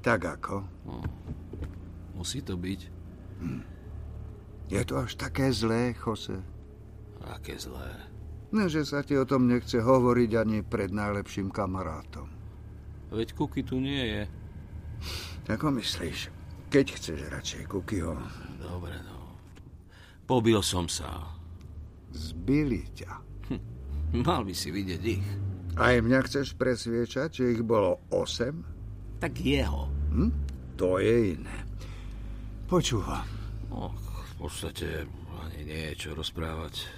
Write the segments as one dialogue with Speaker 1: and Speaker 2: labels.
Speaker 1: tak ako?
Speaker 2: Musí to byť.
Speaker 1: Je to až také zlé, Jose?
Speaker 2: Aké zlé.
Speaker 1: No, že sa ti o tom nechce hovoriť ani pred najlepším kamarátom.
Speaker 2: Veď Kuky tu nie je.
Speaker 1: Ako myslíš? Keď chceš radšej Kukyho,
Speaker 2: Dobre, no. Pobil som sa.
Speaker 1: zbili ťa.
Speaker 2: Mal by si vidieť ich.
Speaker 1: Aj mňa chceš presviečať, že ich bolo 8?
Speaker 2: Tak jeho.
Speaker 1: To je iné. Počúvam.
Speaker 2: No, v podstate ani nie je čo rozprávať.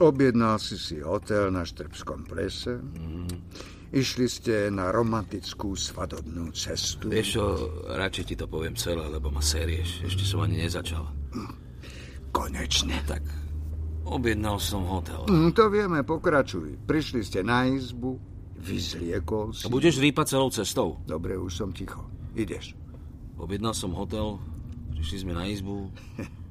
Speaker 1: Objednal si si hotel na Štrbskom prese. Mhm. Išli ste na romantickú svadobnú cestu.
Speaker 2: Vieš čo, radšej ti to poviem celé, lebo ma serieš. Ešte som ani nezačal.
Speaker 1: Konečne.
Speaker 2: Tak, objednal som hotel.
Speaker 1: Mm, To vieme, pokračuj. Prišli ste na izbu, vyzliekol si.
Speaker 2: A budeš rýpať celou cestou.
Speaker 1: Dobre, už som ticho. Ideš.
Speaker 2: Objednal som hotel, prišli sme na izbu,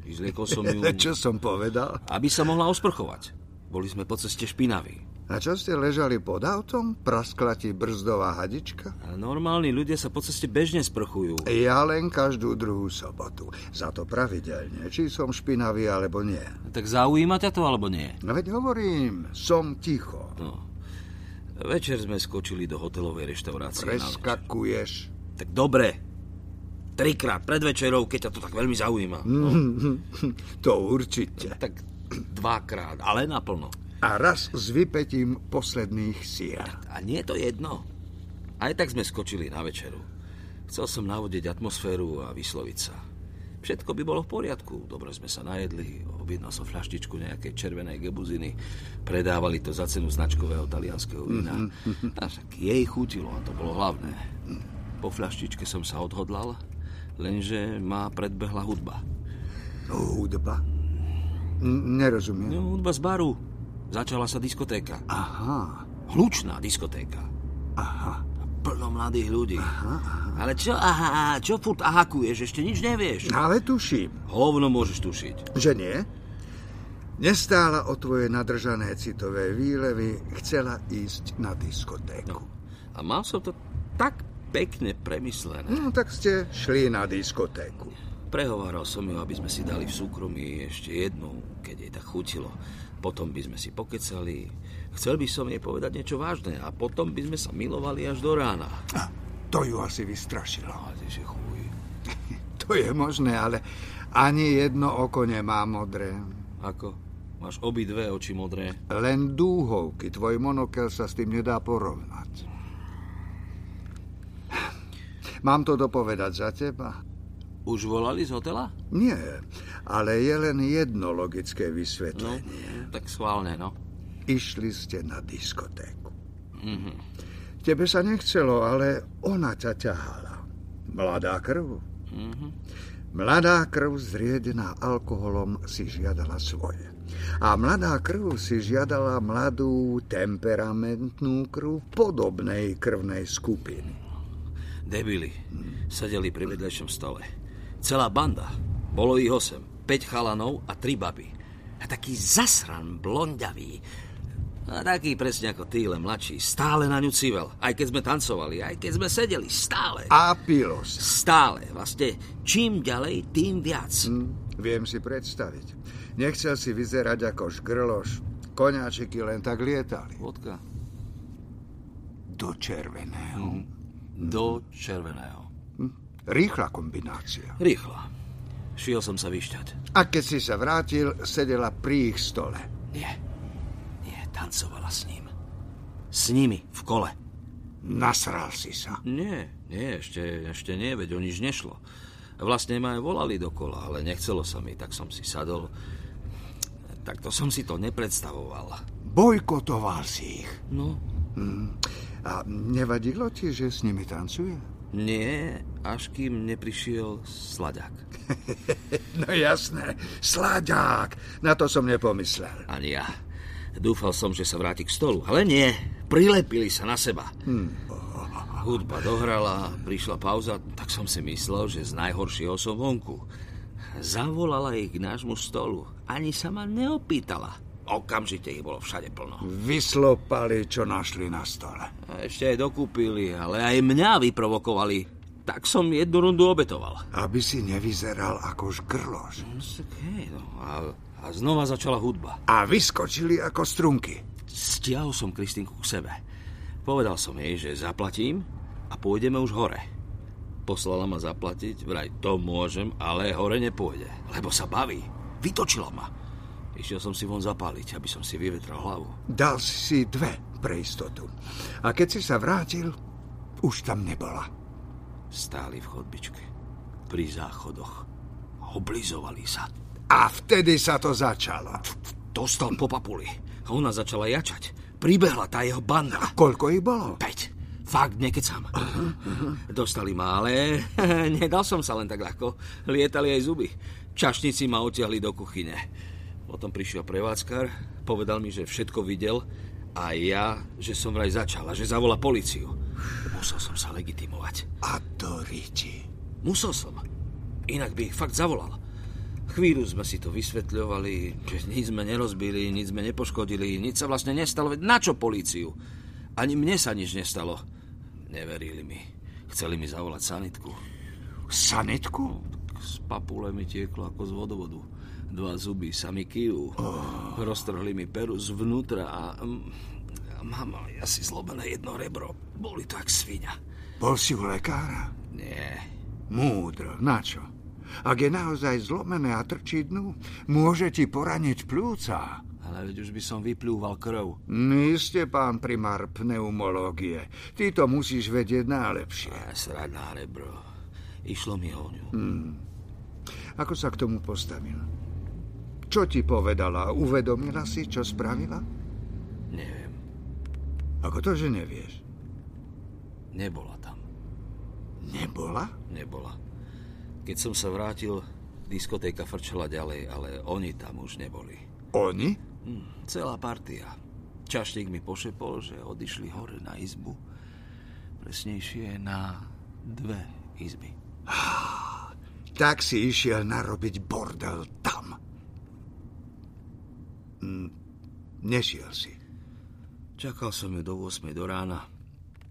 Speaker 2: izliekol som ju,
Speaker 1: Čo som povedal?
Speaker 2: aby sa mohla osprchovať. Boli sme po ceste špinaví.
Speaker 1: A čo ste ležali pod autom? Praskla ti brzdová hadička?
Speaker 2: A normálni ľudia sa po ceste bežne sprchujú.
Speaker 1: Ja len každú druhú sobotu. Za to pravidelne, či som špinavý alebo nie.
Speaker 2: Tak zaujíma ťa to alebo nie?
Speaker 1: No veď hovorím, som ticho.
Speaker 2: No. Večer sme skočili do hotelovej reštaurácie. na večer.
Speaker 1: Preskakuješ.
Speaker 2: Tak dobre. Trikrát pred večerou, keď ťa to tak veľmi zaujíma. No,
Speaker 1: To určite.
Speaker 2: Tak dvakrát, ale naplno.
Speaker 1: A raz s vypetím posledných síl.
Speaker 2: A nie je to jedno. Aj tak sme skočili na večeru. Chcel som navodiť atmosféru a vysloviť sa. Všetko by bolo v poriadku. Dobre sme sa najedli, objednal som fľaštičku nejakej červenej gebuziny. Predávali to za cenu značkového talianského vína. A však jej chutilo a to bolo hlavné. Po fľaštičke som sa odhodlal, lenže ma predbehla hudba.
Speaker 1: Hudba? N- nerozumiem.
Speaker 2: No, hudba z baru. Začala sa diskotéka.
Speaker 1: Aha,
Speaker 2: Hlučná diskotéka.
Speaker 1: aha.
Speaker 2: Plno mladých ľudí. Ale čo, aha, čo furt ahakuješ, ešte nič nevieš.
Speaker 1: Ale tuším,
Speaker 2: Hovno môžeš tušiť.
Speaker 1: že nie. Nestála o tvoje nadržané citové výlevy, chcela ísť na diskotéku.
Speaker 2: No. A mal som to tak pekne premyslené.
Speaker 1: No tak ste šli na diskotéku.
Speaker 2: Prehováral som ju, aby sme si dali v súkromí ešte jednu, keď jej tak chutilo. Potom by sme si pokecali. Chcel by som jej povedať niečo vážne a potom by sme sa milovali až do rána.
Speaker 1: A to ju asi vystrašilo.
Speaker 2: Ale že chuj.
Speaker 1: To je možné, ale ani jedno oko nemá modré.
Speaker 2: Ako? Máš obidve oči modré.
Speaker 1: Len dúhovky, tvoj monokel sa s tým nedá porovnať. Mám to dopovedať za teba?
Speaker 2: Už volali z hotela?
Speaker 1: Nie, ale je len jedno logické
Speaker 2: No,
Speaker 1: vysvetlenie.
Speaker 2: tak schválne, no.
Speaker 1: Išli ste na diskotéku.
Speaker 2: Mhm.
Speaker 1: Tebe sa nechcelo, ale ona ťa ťahala. Mladá krv.
Speaker 2: Mhm.
Speaker 1: Mladá krv zriedená alkoholom si žiadala svoje. A mladá krv si žiadala mladú temperamentnú krv podobnej krvnej skupiny.
Speaker 2: Debili. Sedeli pri vedľajšom stole. Celá banda. Bolo ich 8. 5 chalanov a 3 baby. A taký zasran blonďavý. A taký presne ako ty, len mladší. Stále na ňu civel. Aj keď sme tancovali, aj keď sme sedeli. Stále. A-
Speaker 1: A pilo sa.
Speaker 2: stále. Vlastne čím ďalej, tým viac.
Speaker 1: Hm, Viem si predstaviť. Nechcel si vyzerať ako šgrloš. Koňačiky len tak lietali.
Speaker 2: Vodka.
Speaker 1: Do červeného. Hm?
Speaker 2: Do červeného.
Speaker 1: Rýchla kombinácia.
Speaker 2: Rýchlo. Šiel som sa vyšťať.
Speaker 1: A keď si sa vrátil, sedela pri ich stole.
Speaker 2: Nie. Nie, tancovala s ním. S nimi, v kole.
Speaker 1: Nasral si sa.
Speaker 2: Nie, nie, ešte, ešte nie, veď o nič nešlo. Vlastne ma aj volali dokola, ale nechcelo sa mi, tak som si sadol. Takto som si to nepredstavoval.
Speaker 1: Bojkotoval si ich.
Speaker 2: No,
Speaker 1: A nevadilo ti, že s nimi tancuje?
Speaker 2: nie, až kým neprišiel slaďák.
Speaker 1: No jasné, sláďák. Na to som nepomyslel.
Speaker 2: Ani ja. Dúfal som, že sa vráti k stolu, ale nie. Prilepili sa na seba. Hudba dohrala, prišla pauza, tak som si myslel, že z najhoršieho som vonku. Zavolala ich k nášmu stolu. Ani sa ma neopýtala. Okamžite ich bolo všade plno.
Speaker 1: Vyslopali, čo našli na stole.
Speaker 2: A ešte aj dokúpili, ale aj mňa vyprovokovali. tak som jednu rundu obetoval.
Speaker 1: Aby si nevyzeral ako škrloš.
Speaker 2: No, tak hej, no. A, a znova začala hudba.
Speaker 1: A vyskočili ako strunky.
Speaker 2: Stiahol som Kristinku k sebe. Povedal som jej, že zaplatím a pôjdeme už hore. Poslala ma zaplatiť, vraj to môžem, ale hore nepôjde, lebo sa baví. Vytočila ma. Išiel som si von zapáliť, aby som si vyvetral hlavu.
Speaker 1: Dal si si dve pre istotu. A keď si sa vrátil, už tam nebola.
Speaker 2: Stáli v chodbičke, pri záchodoch. Oblizovali sa.
Speaker 1: A vtedy sa to začalo.
Speaker 2: Dostal po papuli. A Ona začala jačať. Pribehla tá jeho banda.
Speaker 1: Koľko ich bolo?
Speaker 2: Peť. Fakt, nekecam. Dostali ma, ale nedal som sa len tak ľahko. Lietali aj zuby. Čašníci ma utiahli do kuchyne. Potom prišiel prevádzkar, povedal mi, že všetko videl a ja, že som vraj začala, že zavolá policiu. Musel som sa legitimovať.
Speaker 1: A do riči.
Speaker 2: Musel som. Inak by ich fakt zavolal. Chvíľu sme si to vysvetľovali, že nič sme nerozbili, nič sme nepoškodili, nič sa vlastne nestalo, veď na čo políciu? Ani mne sa nič nestalo. Neverili mi. Chceli mi zavolať sanitku.
Speaker 1: Sanitku?
Speaker 2: Z papule mi tieklo ako z vodovodu. Dva zuby sa mi kijú. Oh. Roztrhli mi peru zvnútra a... mm, a mám ale asi zlomené jedno rebro. Boli to jak svinia.
Speaker 1: Bol si u lekára?
Speaker 2: Nie.
Speaker 1: Múdro, na čo? Ak je naozaj zlomené a trčí dnu, môže ti poraniť plúca.
Speaker 2: Ale veď už by som vyplúval krv.
Speaker 1: My ste No pán primár pneumológie. Ty to musíš vedieť najlepšie.
Speaker 2: A srad na rebro. Išlo mi o ňu.
Speaker 1: Ako sa k tomu postavil? Čo ti povedala? Uvedomila si, čo spravila?
Speaker 2: Neviem.
Speaker 1: Ako to, že nevieš?
Speaker 2: Nebola tam.
Speaker 1: Nebola?
Speaker 2: Nebola. Keď som sa vrátil, diskotéka frčala ďalej, ale oni tam už neboli.
Speaker 1: Oni?
Speaker 2: Hm, celá partia. Čašník mi pošepol, že odišli hore na izbu. Presnejšie na dve izby.
Speaker 1: Tak si išiel narobiť bordel tam. Mm, Nešiel si.
Speaker 2: Čakal som ju do 8 do rána.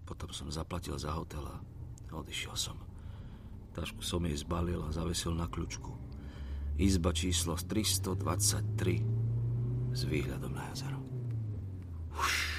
Speaker 2: Potom som zaplatil za hotel a odišiel som. Tašku som jej zbalil a zavesil na kľúčku. Izba číslo 323 s výhľadom na jazero.
Speaker 1: Uš.